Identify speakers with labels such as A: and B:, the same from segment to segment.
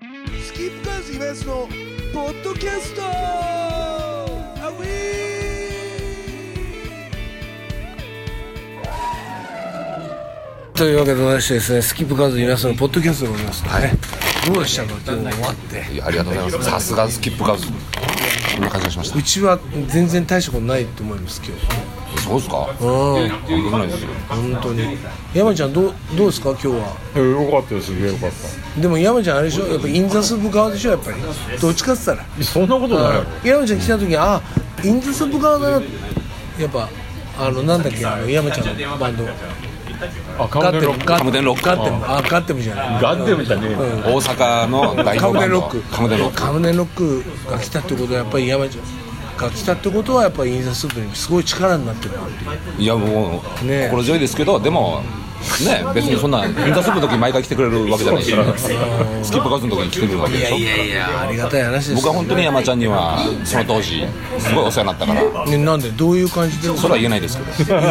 A: キープカーズイベントのポッドキャストアウ
B: というわけでございましてですね、スキップカード皆さんのポッドキャストでございますからね、どうでしたか、今日終わって。
C: いやありがとうございますさすがスキップカウズこんな感じがしまし
B: うちは全然大したことないと思います、今日。
C: たそうですか
B: うん、
C: とんでもないですよ
B: 本当に。山ちゃん、どう、どうですか、今日は。
D: よかったよすげえよかった
B: でも山ちゃんあれでしょ、やっぱインザスープ側でしょ、やっぱり。どっちかって言ったら。
D: そんなことないやろ
B: 山ちゃん来た時にあインザスープ側だな。やっぱ、あの、なんだっけ、あの、山ちゃんのバンド。
D: あカ
B: ガ
D: ム
B: ッ
D: デ
B: テ
D: ンロ
B: ム
D: ッ、ク
B: ガ
C: カムデンロック
B: ガッテム、あ、ガッテムじゃない。
D: ガンデムじゃねえよ
C: 大阪の代
B: カムデン
C: 表バン
B: ロ
C: ド
B: ック
C: カムデンロック
B: カムデンロックが来たってことはやっぱり山ちゃんが来たってことはやっぱりインザスープにすごい力になってるなっていう
C: いやもう、
B: ねえ
C: 心強いですけどでもね別にそんなインターセプトの時毎回来てくれるわけじゃないしスキップカウズの時に来てくれるわけでしょ
B: いやありがたい話です
C: 僕は本当に山ちゃんにはその当時すごいお世話になったから
B: ねなんでどういう感じで
C: それは言えないですけど
B: で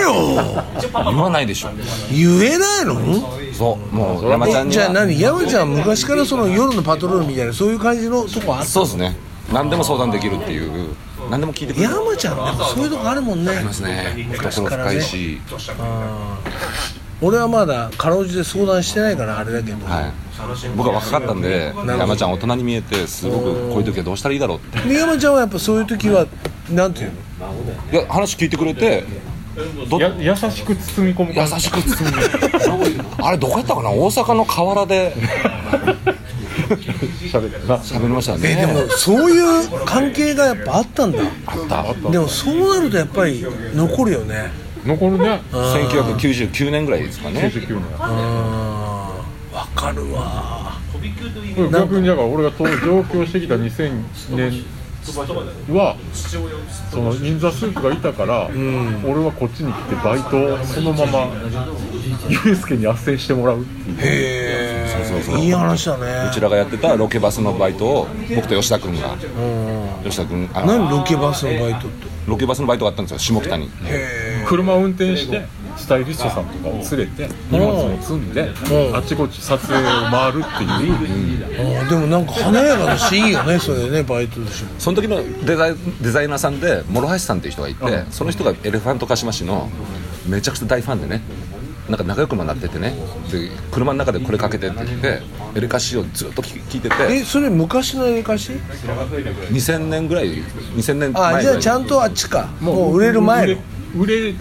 B: よ
C: 言わないでしょ
B: 言えないの
C: そうもう山ちゃん
B: え
C: に
B: じゃあ
C: は
B: 何山ちゃんは昔からその夜のパトロールみたいなそういう感じのとこあった
C: そうですね何でも相談できるっていう何でも聞いてくれる
B: 山ちゃんでもそういうとこあるもんね
C: ますね懐深いし、
B: 俺はまだかろうじて相談してないからあれだけど、
C: はい、僕は若かったんで山ちゃん大人に見えてすごくこういう時はどうしたらいいだろうって
B: で山ちゃんはやっぱそういう時はなんていうの
C: いや話聞いてくれてど
D: や優しく包み込む
C: 優しく包むあれどこやったかな大阪の河原で
D: 喋ってな
C: 喋りましたね
B: えでもそういう関係がやっぱあったんだ
C: あった
B: でもそうなるとやっぱり残るよね
D: 残るね
C: 1999年ぐらいですかね
D: 99年
B: うんわかるわ
D: うん逆にだから俺が東上京してきた2000年はその忍者スープがいたから、俺はこっちに来てバイトをそのままユウスケに斡旋してもらうっていう
B: へえいい話だ
C: こち
B: ね
C: らがやってたロケバスのバイトを僕と吉田君が吉田君あ
B: 何
C: の
B: ロケバスのバイトって
C: ロケバスのバイトがあったんですよ下北に
D: 車を運転してスタイリストさんとかを連れて荷物を積んであちこち撮影を回るっていう
B: あーでもなんか華やかだしいいよねそれねバイトでしょ
C: その時のデザイデザイナーさんで諸橋さんっていう人がいてその人がエレファントカシマシのめちゃくちゃ大ファンでねなんか仲良くもなっててねで車の中でこれかけてって言ってエレカシをずっと聞聞いてて
B: えそれ昔の絵貸し
C: 2000年ぐらい2000年前ぐ
B: あ
C: らい
B: じゃあちゃんとあっちかもう売れる前の
D: 売れ売れ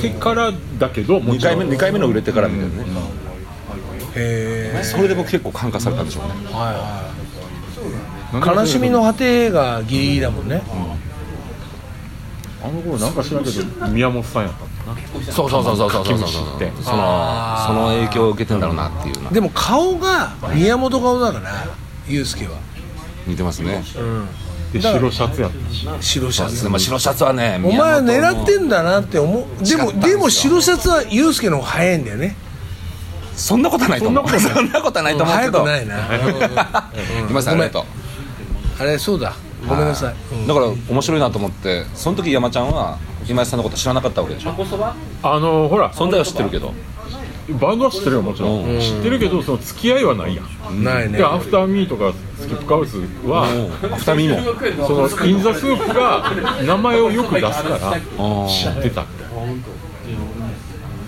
D: てからだけども
C: 2
D: ちろ
C: 回
D: ん
C: 目二回目の売れてからみたいなね
B: へ
C: それで僕結構感化されたんでしょうね
B: え悲しみの果てがギリギリだもんね
D: あの頃なんか知らんけど宮本さんやった
C: そうそうそうそうそうそうそうそ
D: って
C: のその影響を受けてんだろうなっていうな
B: でも顔が宮本顔だからユ介は
C: 似てますね
D: で白シャツやった
B: 白シ
C: そ
B: ャ
C: うです
B: ツ
C: ねまあ白シャツはね
B: お前は狙って
C: ん
B: んだなって思うで
C: 違った
B: も
C: んです
B: で
C: よ
B: も白シャツはユ介の方が早いんだよね
C: そんなことはないと思うそんなことはないと思うけ
B: 早
C: ど
B: くないな
C: いますありがとう
B: あれそうだごめんなさい
C: だから面白いなと思ってその時山ちゃんは今井さんのこと知らなかったわけでしょ
D: あのほら
C: 存在は知ってるけど
D: バンドは知ってるよもちろん、
C: うん
D: 知ってるけどその付き合いはないやん、
B: ないね
D: でアフターミーとかスキップカウスは、
C: アフタミも
D: そのインザスープが名前をよく出すから知ってた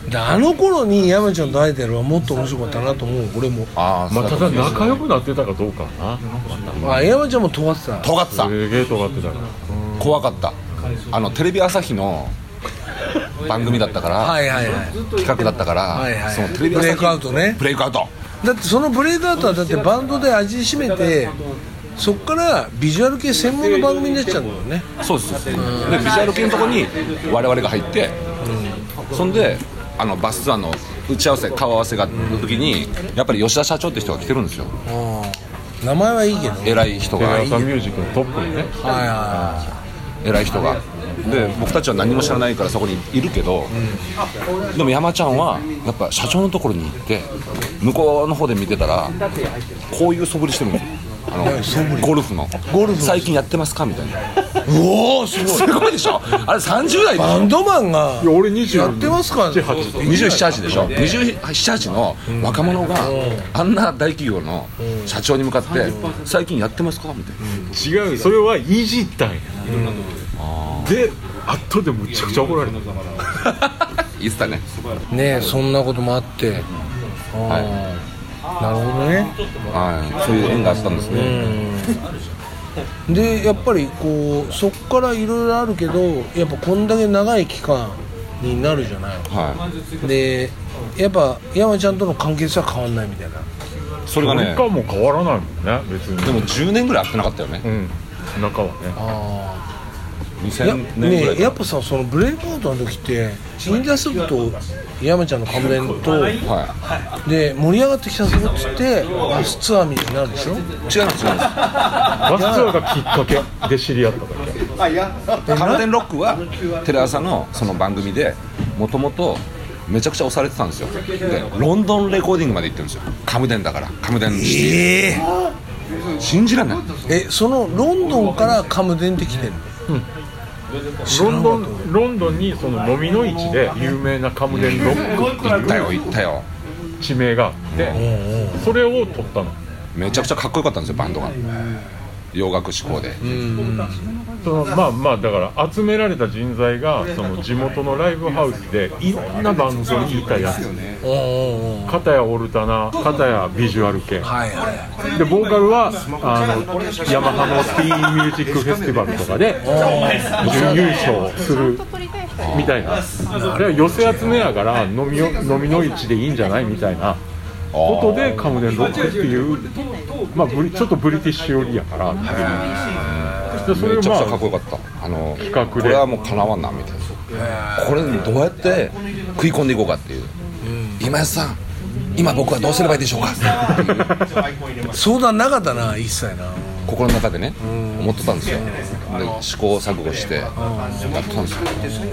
B: であの頃に山ちゃんと会えてればもっと面白かったなと思う俺も
C: ああ
D: まあ、ただ仲良
C: く
D: くなってたかどうかは
B: あ山ちゃんも尖ってた
C: 尖って
D: な
C: た
D: すげえ尖ってたから
C: 怖かったあのテレビ朝日の番組だったから、
B: はいはいはい
C: 企画だったから、
B: はいはい
C: そのテレビ
B: ブ
C: 朝
B: レイ
C: 日
B: クアウトね
C: ブレイクアウト
B: だってそのブレイクアウトはだってバンドで味しめてそっからビジュアル系専門の番組になっちゃうんだよね
C: そうですでビジュアル系のとこに我々が入って、そんであのバスツアーの打ち合わせ顔合わせがの時にやっぱり吉田社長って人が来てるんですよ
B: 名前はいいけどね
C: 偉い人
D: テレ
C: が
D: 朝ミュージックのトップに
B: は
D: ね
B: いは
C: 偉い人がで僕たちは何も知らないからそこにいるけど、でも山ちゃんはやっぱ社長のところに行って向こうの方で見てたらこういう素振りしてるんですよあのゴルフの
B: ゴルフの
C: 最近やってますかみたいない
B: はいうおーすごい
C: すごいでしょあれ30代で
B: バンドマンが
D: いや俺20
B: やってますからね
D: 18
C: 2728でしょ2728の若者があんな大企業の社長に向かって「最近やってますか?」みたい
E: 違うそれはいじったんや、で後でむちゃくちゃ怒られた
C: な言ってたね
B: ねえそんなこともあってあーなるほどね
C: はいそういう縁があったんですね
B: でやっぱりこうそっからいろいろあるけどやっぱこんだけ長い期間になるじゃない
C: はい
B: でやっぱ山ちゃんとの関係性は変わんないみたいな
C: それがね
D: 文化も変わらないもんね別
C: で
D: に
C: も10年ぐらい会ってなかったよね
D: うん仲はね
B: ああや
C: 2000年ぐら
B: ね
C: い
B: えやっ
C: か
B: ぱさそのブレイクアウトの時ってジンダスープと山ちゃんの仮面と
C: なは
B: で盛り上がってきたぞっつってバスツアーみたいになるでしょ
C: い違います違いま
D: バスツアーがきっかけで知り合っただけ
C: すカルテンロックは寺朝のその番組でもともとめちゃくちゃ押されてたんですよでロンドンレコーディングまで行ってるんですよカムデンだからカムデンシティ
B: ええ
C: 信じらんない
B: えそのロンドンからカムデンって来てんの
D: ロンドンロンドンにその飲みの市で有名なカムデンロック
C: 行ったよ行ったよ
D: 地名があってそれを取ったの
C: めちゃくちゃかっこよかったんですよバンドが洋楽志向で
D: そのまあまあだから集められた人材がその地元のライブハウスでいろんなバンドにいたやつ
B: おうんうん
D: 片やオルタナ片やビジュアル系
B: はいはい
D: でボーカルはあのヤマハのティーンミュージックフェスティバルとかで準優勝するみたいなあれは寄せ集めやから飲みよ飲みの市でいいんじゃないみたいなことでカムデンロックっていう、まあ、ブリちょっとブリティッシュ寄りやからっていうでそれ
C: め
D: を
C: ちゃ
D: ま
C: くちゃかっ
D: あ
C: こよかったあの
D: 画で
C: これはもうかなわんなみたいなこれどうやって食い込んでいこうかっていう、今安さん今僕はどうすればいいでしょうかっていう
B: 相談なかったな一切な
C: 心の中でね思ってたんですよで試行錯誤してやってたんですよ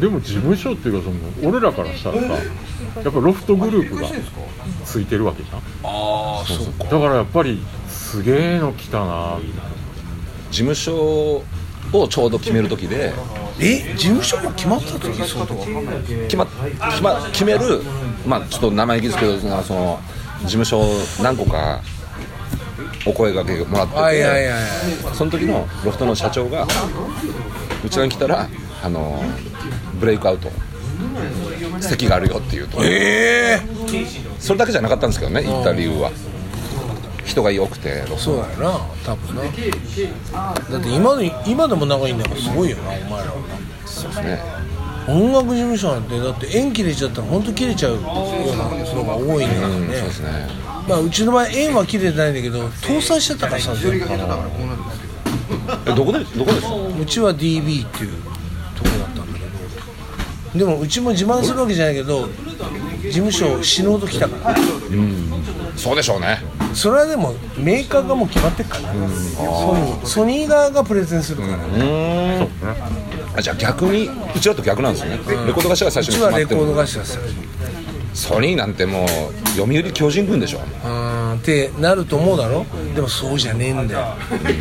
D: でも事務所っていうかその俺らからしたらさやっぱロフトグループがついてるわけじゃんだからやっぱりすげえの来たなみたいな
C: 事務所をちょうど決める時で
B: え事務所が決まった時そうとか
C: 決ま決ま決めるまあちょっと生意気ですけどなんかその事務所を何個かお声がけもらってて
B: はいはいはい
C: その時のロフトの社長がうちらに来たらあのブレイクアウト席があるよっていうと
B: ええ
C: それだけじゃなかったんですけどね行った理由は人が良くてロフト
B: そうだよな多分なだって今で今でも仲いいんだからすごいよなお前らは
C: ですね
B: な音楽事務所なんてだって縁切れちゃったら本当切れちゃうようなのが多いんだから
C: うんそう
B: ね
C: ですね
B: まあうちの場合縁は切れてないんだけど搭載してたからさ全部
C: えどこでどこですか
B: うちは DB っていうとこだったんだけどでもうちも自慢するわけじゃないけど事務所死ぬほど来たから
C: そうでしょうね
B: それはでもメーカーがもう決まってっからねソニーソニー側がプレゼンするからね
C: あじゃあ逆にうちらと逆なんですね、レコード会社が最
B: うち
C: 初に決ま
B: は
C: って
B: レ
C: る
B: コード会社ですよ
C: ソニーなんてもう読売巨人軍でしょ
B: うーんってなると思うだろでもそうじゃねえんだよ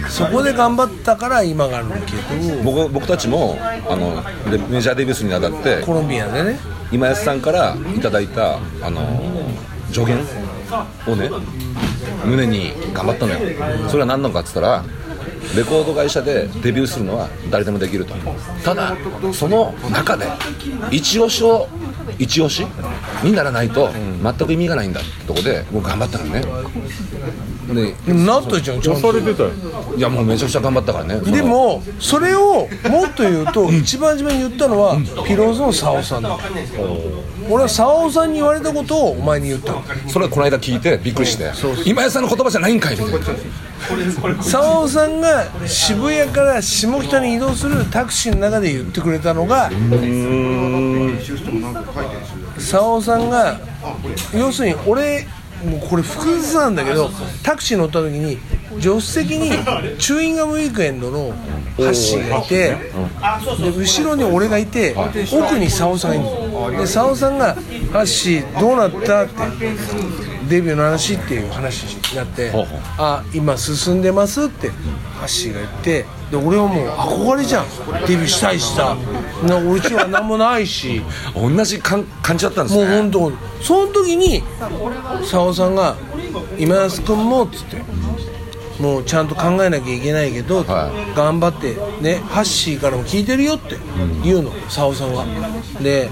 B: そこで頑張ったから今があるんだけど
C: 僕僕たちもあのでメジャーデビューするにあたって
B: コロンビアでね
C: 今安さんからいただいたあの助言をね胸に頑張ったのよそれは何なのかっつったらレコード会社でデビューするのは誰でもできるとただその中で一押しを一押しにならないと全く意味がないんだってとこで僕頑張ったのねで
B: でもなったじゃんちゃん
D: 押
B: と
D: されてたよ
C: いやもうめちゃくちゃ頑張ったからね
B: でもそれをもっと言うと一番初めに言ったのはピローズの沙尾さんだ俺は沙尾さんに言われたことをお前に言ったの
C: それはこの間聞いてびっくりして今井さんの言葉じゃないんかいみたいな
B: 沙尾さんが渋谷から下北に移動するタクシーの中で言ってくれたのが沙尾さんが要するに俺もうこれ複雑なんだけどタクシー乗った時に助手席にチューインガムウィークエンドのハッシーがいてで後ろに俺がいて奥に沙尾さんがいるので沙尾さんが「ハッシーどうなった?」ってデビューの話っていう話になって
C: うほう
B: 「あ今進んでます」ってハッシーが言ってで俺はもう憧れじゃんデビューしたいしさな俺ちは何もないし
C: 同じ感感じだったんです
B: もう
C: ね
B: 本当その時に沙尾さんが「今安君も」っつって「もうちゃんと考えなきゃいけないけど、
C: はい
B: 頑張ってねハッシーからも聞いてるよ」って言うの沙尾さんが。で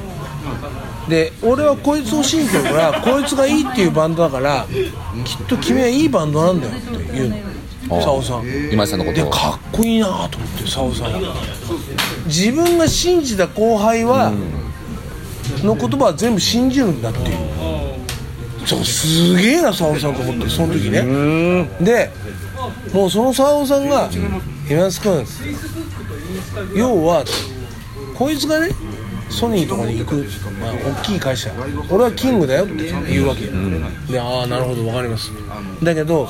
B: で俺はこいつを信じてるからこいつがいいっていうバンドだからきっと君はいいバンドなんだよって言うの沙尾さん。
C: 今井さんのこと
B: で
C: を
B: かっこいいなと思って沙央さんが自分が信じた後輩は、の言葉は全部信じるんだっていうそうすげえな沙央さんと思ってその時ねでもうその沙央さんが「今安君要はこいつがねソニーとかに行く、まあ、大きい会社俺はキングだよって言うわけよ、でああなるほどわかりますだけど、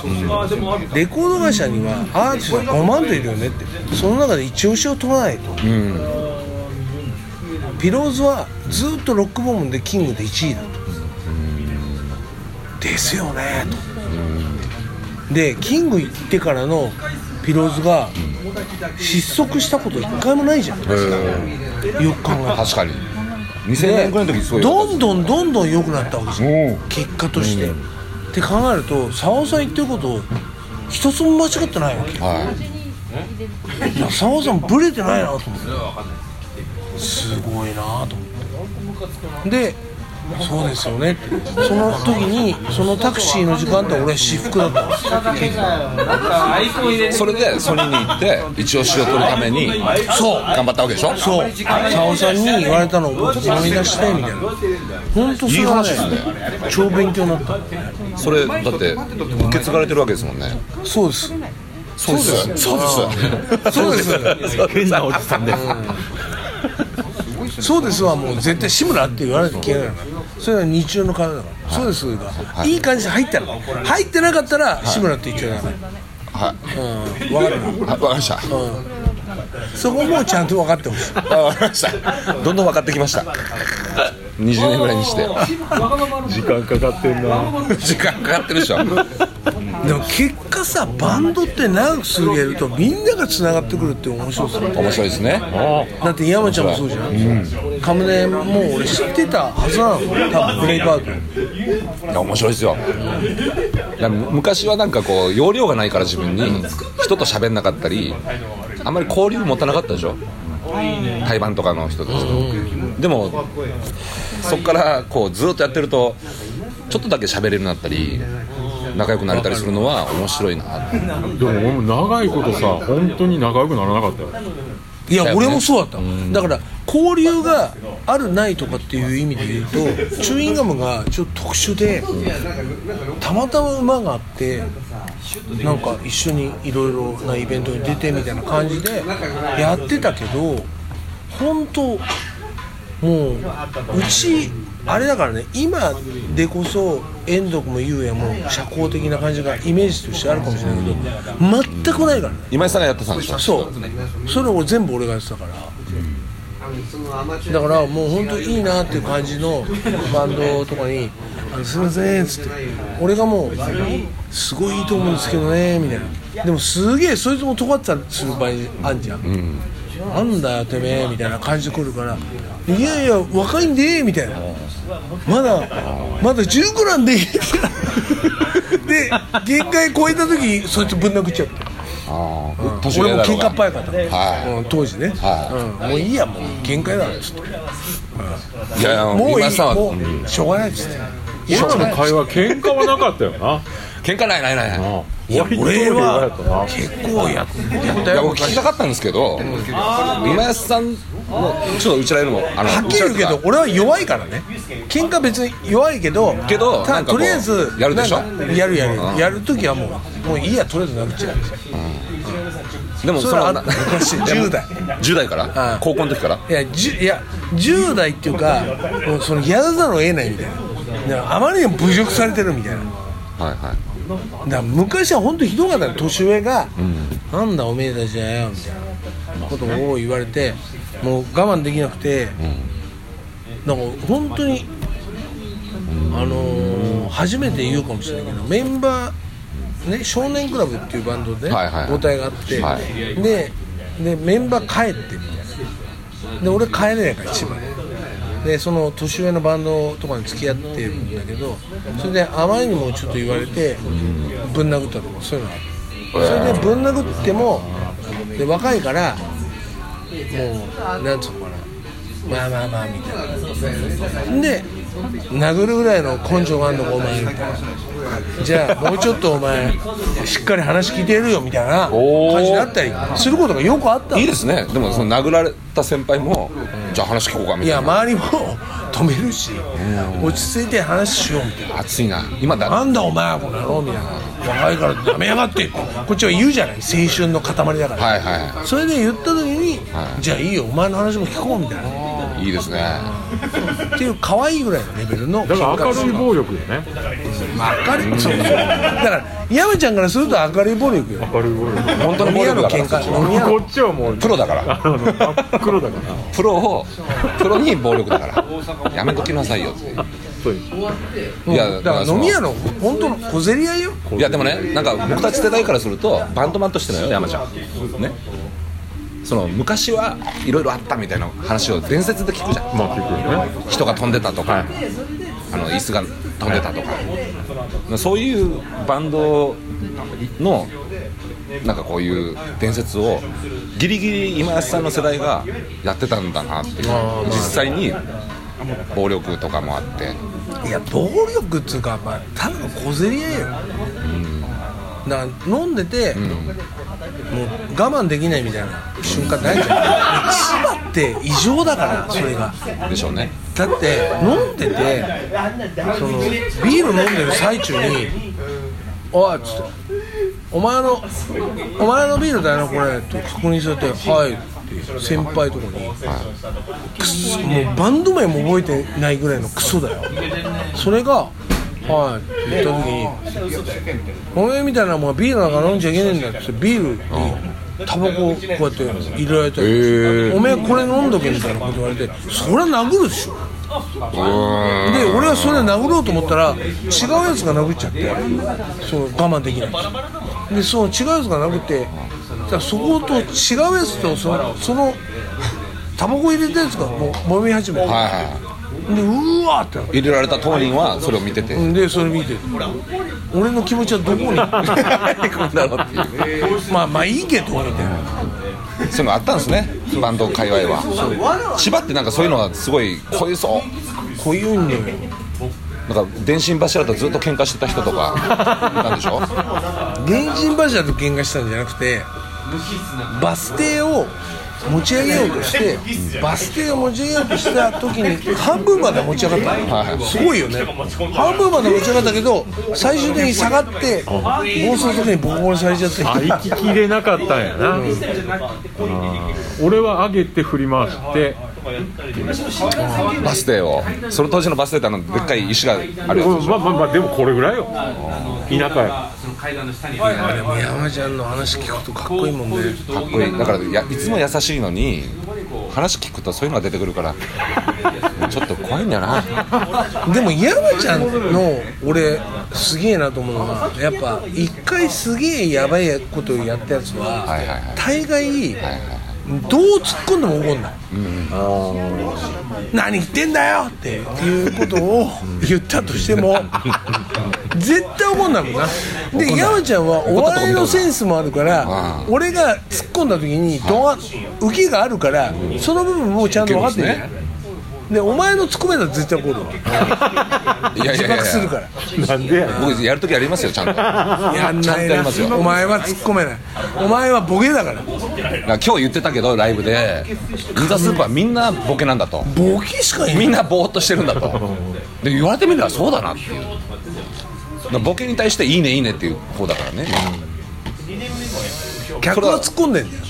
B: レコード会社にはアーティストが5万といるよねってその中で一押しを取らないと、ピローズはずっとロック部門でキングで1位だと、ですよねと、でキング行ってからのピローズが失速したこと一回もないじゃん、よく考えたら
C: 確かに2000年ぐらいの時すごい
B: どんどんどんどん良くなったわけじゃん
C: うん
B: 結果として、って考えると沙尾さん言ってること一つも間違ってないわけよ
C: はい
B: いや沙尾さんブレてないなと思ってすごいなと思ってでそうですよねその時にそのタクシーの時間って俺は私服だったんですよ
C: それでソニーに行って一押しを取るために
B: そう
C: 頑張ったわけでしょ
B: そう沙尾さんに言われたのを僕思い出してみたいな本当それはね
C: いい話です
B: 超勉強になった
C: それだって受け継がれてるわけですもんね
B: そうです
C: そうですそうです
B: そうです
E: 変なおじさんで
B: そうですはもう絶対志村って言わないといけないのそれは日中の会話だから、そうですが、い、い感じで入ったの入ってなかったら志村って言っちゃダメ
C: はい
B: うんわかるな
C: わかりました
B: そこもちゃんと分かってほしい
C: あわかりましたどんどん分かってきました20年ぐらいにして
E: 時間かかってんな
C: 時間かかってるでしょ
B: でも結果さバンドって長く続けるとみんながつながってくるって面白さ
C: 面白いですね
B: だって山ちゃんもそうじゃん、カムネもう俺知ってたはずなの多分ブレイクアウト
C: いや面白いですよいやむ昔はなんかこう容量がないから自分に人と喋んなかったりあんまり交流持たなかったでしょ台湾とかの人たちと、でもそこからこうずっとやってるとちょっとだけ喋れるようになったり仲良くなれたりするのは面白いなって
E: でも俺も長いことさ本当に仲良くならなかったよ
B: いや
C: だよね
B: 俺もそうだった、だから交流があるないとかっていう意味で言うとチューインガムがちょっと特殊でたまたま馬があってなんか一緒にいろいろなイベントに出てみたいな感じでやってたけど本当もううちあれだからね今でこそ遠藤君も雄也も社交的な感じがイメージとしてあるかもしれないけど全くないからね
C: 今井さんがやってたんでしょ
B: そうそれを全部俺がやってたからだからもう本当いいなっていう感じのバンドとかに「あのすいません」っつって俺がもう「すごいいいと思うんですけどね」みたいなでもすげえそいつも尖ってたりする場合あんじゃん、なんだよてめえみたいな感じで来るから「いやいや若いんで」みたいな「まだまだ19なんで」みたいなで限界超えた時そいつぶん殴っちゃった
C: ああ年上
B: 俺も
C: だろ
B: 喧
C: う
B: 嘩
C: が
B: っ早かった、
C: は
B: うん、当時ね、
C: は
B: うん、もういいやもう限界だっつって
C: いやいや
B: もうい
C: 今井
B: い
C: さんは
B: も
C: うん
B: うしょうがないっつって
E: 俺らの会話喧嘩はなかったよな
C: 喧嘩ないないないない
E: いや
B: 俺は
E: な
B: 結構ややった
C: いや
B: よ
C: 僕聞きたかったんですけど今安さんのちょっとうちらよりもあの
B: はっきり言うけど俺は弱いからね喧嘩別に弱いけど
C: けどな
B: た
C: んかこう
B: とりあえず
C: やるでしょ
B: なんかやるやる
C: うん
B: やる時はもうもういいやとりあえず殴っちゃう
C: でも
B: そ
C: そ
B: れは
C: の
B: あった昔10代
C: 10代から
B: ん
C: 高校の時から
B: いやじゅいや10代っていうかもうそのやらざるを得ないみたいななあまりにも侮辱されてるみたいな
C: はいはい
B: だから昔は本当ひどかったの年上が「なんだおめえたちだよ」みたいなことを言われてもう我慢できなくて、なんか本当に、あのー初めて言うかもしれないけどメンバーね、少年クラブっていうバンドでね
C: はいはいはい
B: 母体があって、
C: は
B: ででメンバー帰ってみたいなで俺帰れないから千葉でその年上のバンドとかに付き合ってるんだけどそれであまりにもちょっと言われてぶん殴ったとかそういうのあるそれでぶん殴ってもで若いからもうなんつうのかなまあまあまあみたいなで殴るぐらいの根性があるのかお前みたいなじゃあもうちょっとお前しっかり話聞いてやるよみたいな感じになったりすることがよくあったの
C: いいですねでもその殴られた先輩も、じゃあ話聞こうかみ
B: い
C: た
B: や
C: いな
B: 周りも止めるし落ち着いて話しようみたいな
C: 熱いな今だ
B: なんだお前この野郎みたいな若いから舐めやがってってこっちは言うじゃない青春の塊だから、
C: はいは
B: それで言った時に、
C: はい
B: じゃあいいよお前の話も聞こうみたい
C: いいいですね
B: なっていう可愛いぐらいのレベルの
D: だから明るい
B: 喧嘩
D: 暴力よね
B: 明るいそうそうだから山ちゃんからすると明るい暴力よ
D: 明るい暴力
C: 本当の
B: 飲み
C: 暴
B: 屋
C: 力
B: の
C: だか
B: 喧嘩
C: らそっちは
B: 飲み屋の
D: こっちはもう
C: プロだから
D: あの真っ黒だから
C: プロをプロに暴力だからやめときなさいよって
D: そう
C: いや
B: だから
C: そ
B: 飲み屋の本当の小競り合いよ
C: いやでもねなんか僕たち世代からするとバンドマンとしてのよ山ちゃんねその昔はいろいろあったみたいな話を伝説で聞くじゃん
D: まあ結局ね
C: 人が飛んでたとか、あの椅子が飛んでたとか、そういうバンドのなんかこういう伝説をギリギリ今安さんの世代がやってたんだなっていう実際に暴力とかもあって
B: いや暴力っつうかまあただの小競り合いよ、だから飲んでて、もう我慢できないみたいな瞬間ないじゃん千葉って異常だからそれが
C: でしょうね
B: だって飲んでてそのビール飲んでる最中に「おい」っつって「お前のお前のビールだよなこれ」って確認されて「はい」って先輩とかに、クソもうバンド名も覚えてないぐらいのクソだよそれが「はい」って言った時に「お前みたいなもんはビールなんか飲んじゃいけねえんだよ」ってビールにタバコをこうやって入れられて
C: へえ
B: おめえこれ飲んどけ」みたいなこと言われてそりゃ殴るでしょで俺はそれで殴ろうと思ったら違うやつが殴っちゃってそう我慢できないしでその違うやつが殴ってだからそこと違うやつとそのそのタバコ入れたやつがもう揉み始めて、
C: はいは
B: でうわーってなっ
C: い入れられた当人はそれを見てて、
B: てでそれ見て俺の気持ちはどこ にまあまあいいけどみたいな
C: そういうのあったんですねバンド界隈は千葉ってなんかそういうのはすごい濃いそう
B: こういうんだよ
C: なんか電信柱とずっと喧嘩してた人とかなんでしょ
B: 原人柱と喧嘩したんじゃなくてバス停を持ち上げようとしてバス停を持ち上げようとした時に半分まで持ち上がった
C: はい
B: のすごいよね半分まで持ち上がったけど最終的に下がって暴走の時にボコボコにされちゃって
D: あ行ききれなかったんやな、俺は上げて振り回して
C: バス停をその当時のバス停ってあのでっかい石があるやつでし
D: まあ
C: ょ
D: まあまあでもこれぐらいよ田舎や
B: でも山ちゃんの話聞くとかっこいいもんね
C: かっこいいだからやいつも優しいのに話聞くとそういうのが出てくるからちょっと怖いんだよな
B: でも山ちゃんの俺すげえなと思うのはやっぱ一回すげえやばいことをやったやつは
C: はいはいはい
B: 大概
C: はいはい
B: どう突っ込んでも怒んない、何言ってんだよっていうことを言ったとしても絶対怒んないもんなで山ちゃんはお笑いのセンスもあるから
C: う
B: 俺が突っ込んだ時にどが受けがあるからその部分もちゃんと分かってる
C: 受
B: ね
C: けます
B: でお前の突っ込めたら絶対怒るわ
C: いやい
B: 自
C: やい
B: 爆する
C: や
B: から
D: なんでやねん
C: 僕やるときやりますよちゃんとだか
B: やんない
C: ちゃんとやり
B: な
C: ますよ
B: お前は突っ込めないお前はボケだから
C: ら今日言ってたけどライブで「銀座スーパーみんなボケなんだ」と
B: ボケしか
C: 「
B: いな
C: み
B: い
C: んなぼーっとしてるんだ」とで言われてみればそうだなっていうだからボケに対して「いいねいいね」っていう方だからね
B: 客は突っ込んでんだよ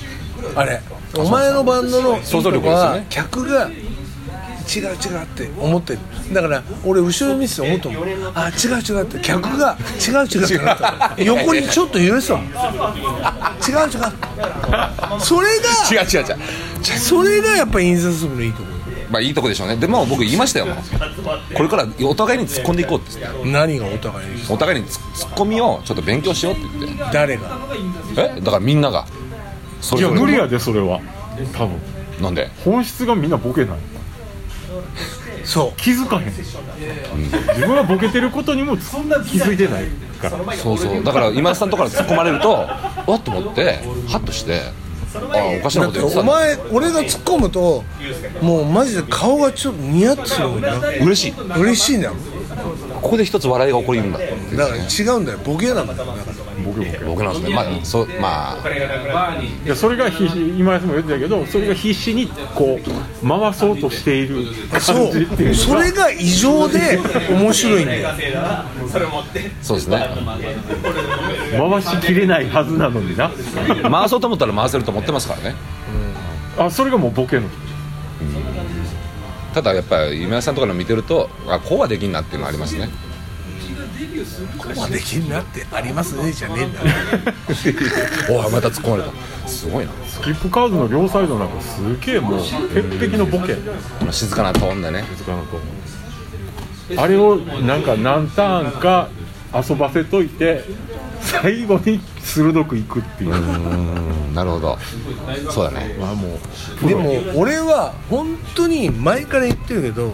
B: あれお前のバンドの
C: 想像力
B: いいとこ
C: です
B: は
C: よね
B: 客が違う違うって思ってるだから俺後ろに見てて思ったもんあ違う違うって客が違う違うってなった の横にちょっと揺れてたもん違う違うそれ
C: 違う
B: が
C: 違う違う
B: それがやっぱ印刷部のいいとこ
C: まあいいとこでしょうねでも僕言いましたよもうこれからお互いに突っ込んでいこうって言って
B: ろ何がお互いに
C: お互いに突っ込みをちょっと勉強しようって言って
B: 誰が
C: えだからみんながそ
D: い
C: れ
D: や
C: ぞれ
D: 無理やでそれは多分
C: なんで
D: 本質がみんなボケない
B: そ
D: 気づかへん、自分はボケてることにもつ気づいてないから
C: そうそうだから今井さんとかから突っ込まれるとわっと思ってハッとしてああおかし
B: う
C: な
B: だ
C: こ
B: って
C: と言ってた
B: お
C: んだ
B: 前俺が突っ込むともうマジで顔がちょっとニヤッとするもんな
C: 嬉しいこ
B: 嬉しいんだよ
C: こで一つ笑いが起こりるんだっていう
B: だから違うんだよボケなんだよ
D: ボケボケ
C: 僕なんですねまあそうまあ
D: いやそれが必死今井さんも言ってたけどそれが必死にこう回そうとしている
B: そ
D: 感じっていうう
B: それが異常で面白いんだよ
C: そうですね
D: 回しきれないはずなのにな
C: 回そうと思ったら回せると思ってますからね
D: あそれがもうボケの
C: ただやっぱり今井さんとかの見てるとあこうはできんなっていうのはありますね
B: ここまで気になってありますねじゃねえんだよ
C: おいまた突っ込まれたすごいな
D: スキップカードの両サイドなんかすげえもう鉄壁のボケ
C: この静かなトーンでね
D: かなと思うあれをなんか何ターンか遊ばせといて最後に鋭くいくっていう
C: うんなるほどそうだね
D: まあもう
B: でも俺は本当に前から言ってるけど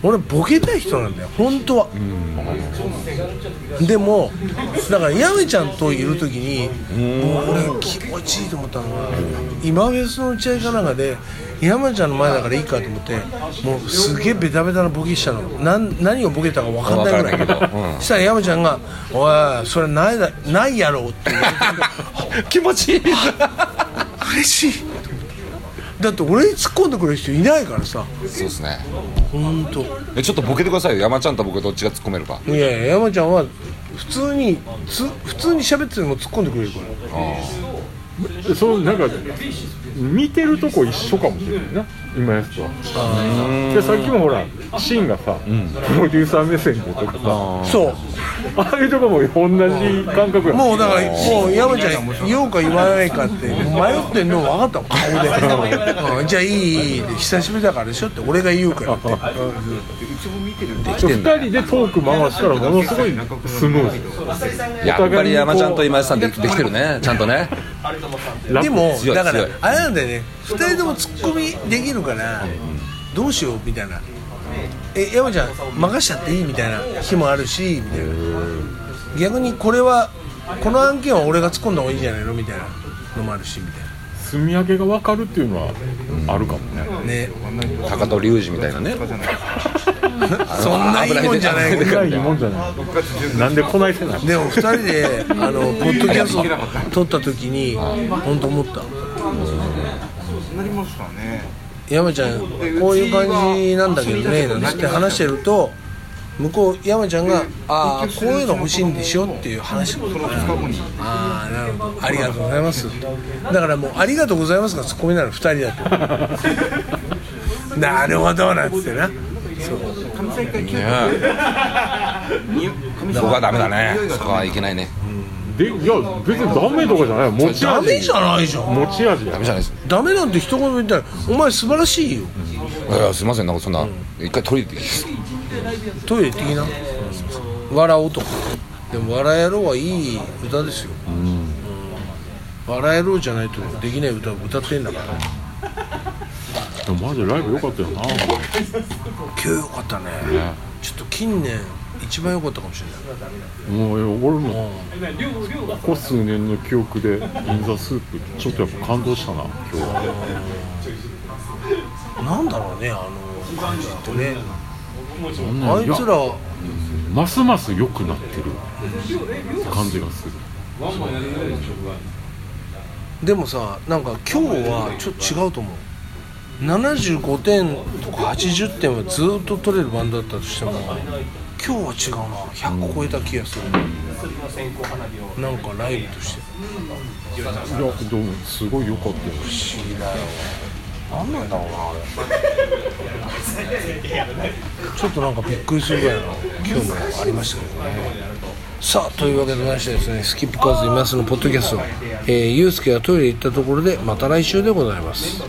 B: 俺ボケたい人なんだよ本当はでもだからやめちゃんといる時にもう俺気持ちいいと思ったのが今フェスの打ち合いかなんかで山ちゃんの前だからいいかと思ってもうすげえベタベタなボケしたのなん何をボケたか分かんないぐらい
C: 分かんないけどうん
B: したら山ちゃんが「おいそれないだないやろ」って言われて
C: 気持ちいい
B: 嬉しいだって俺に突っ込んでくれる人いないからさ
C: そうですね
B: 本当。
C: えちょっとボケてくださいよ山ちゃんと僕どっちが突っ込めるか
B: いやいや山ちゃんは普通につ普通に喋ってても突っ込んでくれるから
D: そうなんか見てるとこ一緒かもしれないな今やつとはでさっきもほらシンがさ、プロデューサー目線でとかさ
B: そう
D: ああいうとこも同じ感覚や
B: もうだからもう山ちゃん言おうか言わないかって迷ってんの分かったもん顔で、うん、じゃあいいいいいいって久しぶりだからでしょって俺が言うからって
D: 2人でトーク回したらものすごいスムー
C: やっぱり山ちゃんと今井さんでできてるねちゃんとね
D: ズラ
B: でも
C: 強い
B: だから
C: 強い
B: あれなんだよね2人ともツッコミできるからどうしようみたいなえ山ちゃん任しちゃっていいみたいな日もあるしみたいな逆にこれはこの案件は俺が突っ込んだ方がいいんじゃないのみたいなのもあるしみたい
D: 積み上げが分かるっていうのはあるかもね
B: なね
C: 高戸龍二みたいなね
B: そんないいもんじゃないけ
D: こん
B: ど
D: ないいもんじゃないなんでこないせない
B: でも2人であのポッドキャスト撮った時に本当思った
F: なりますかね
B: 山ちゃんこういう感じなんだけどねなんつって話してると向こう山ちゃんが「ああこういうの欲しいんでしょ」っていう話
F: その2日後に
B: ああなるほどありがとうございますだからもう「ありがとうございます」がツッコミなの2人 だとなるほどなんつってな
F: 神さん一回休
C: 僕はダメだねそこはいけないね
D: でいや別にダメとかじゃない持ち
B: ダメ
D: 味
B: じゃないじゃん
D: 持ち味や
C: ダメじゃないです
B: ダメなんて一言も言ったら「お前素晴らしいよ
C: いやすいませんなんかそんな一回トイレ行ってきます
B: トイレ行ってきな」「笑おう」とかでも「笑えろ」はいい歌ですよ「笑えろ」じゃないとできない歌を歌ってんだから
D: でもマジでライブ良かったよな
B: 今日良かったねちょっと近年一番良かったかもしれない
D: もう俺もここ数年の記憶で銀座スープちょっとやっぱ感動したな今日は
B: なんだろうねあの感じってねあ
D: あ
B: いつら
D: ますます良くなってる感じがする
B: でもさなんか今日はちょっと違うと思う75点とか80点はずっと取れるバンドだったとしても今日は違うな100超えた気がする、なんかライブとして
D: いやでもすごい良かったよ
B: なんなんだろうなあれちょっとなんかびっくりするぐらいの今日もありましたけどねさあというわけでましてですねスキップカーズいますのポッドキャスト、えー、ゆうすけがトイレ行ったところでまた来週でございます